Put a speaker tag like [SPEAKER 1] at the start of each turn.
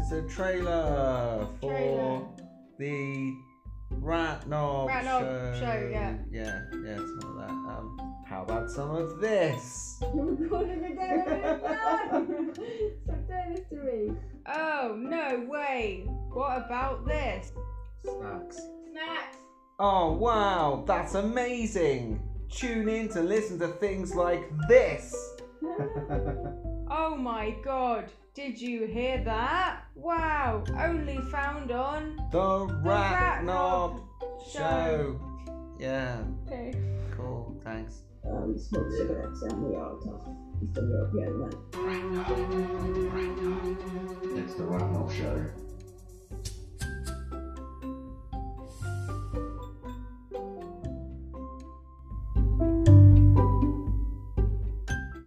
[SPEAKER 1] is a trailer for
[SPEAKER 2] Trailer.
[SPEAKER 1] the Rat Knob,
[SPEAKER 2] Rat Knob
[SPEAKER 1] show.
[SPEAKER 2] show, yeah.
[SPEAKER 1] yeah, yeah, some of that. Um, how about some of this?
[SPEAKER 2] You're recording again. No! Stop doing this to me. Oh no way! What about this?
[SPEAKER 1] Snacks.
[SPEAKER 2] Snacks.
[SPEAKER 1] Oh wow, that's amazing! Tune in to listen to things like this.
[SPEAKER 2] Oh my god! Did you hear that? Wow! Only found on
[SPEAKER 1] the
[SPEAKER 2] the
[SPEAKER 1] Rat Knob
[SPEAKER 2] Knob
[SPEAKER 1] Show. Yeah,
[SPEAKER 2] Okay.
[SPEAKER 1] cool. Thanks.
[SPEAKER 3] um, smoke cigarettes and we all talk Eastern European men.
[SPEAKER 4] It's the Rock and Roll Show.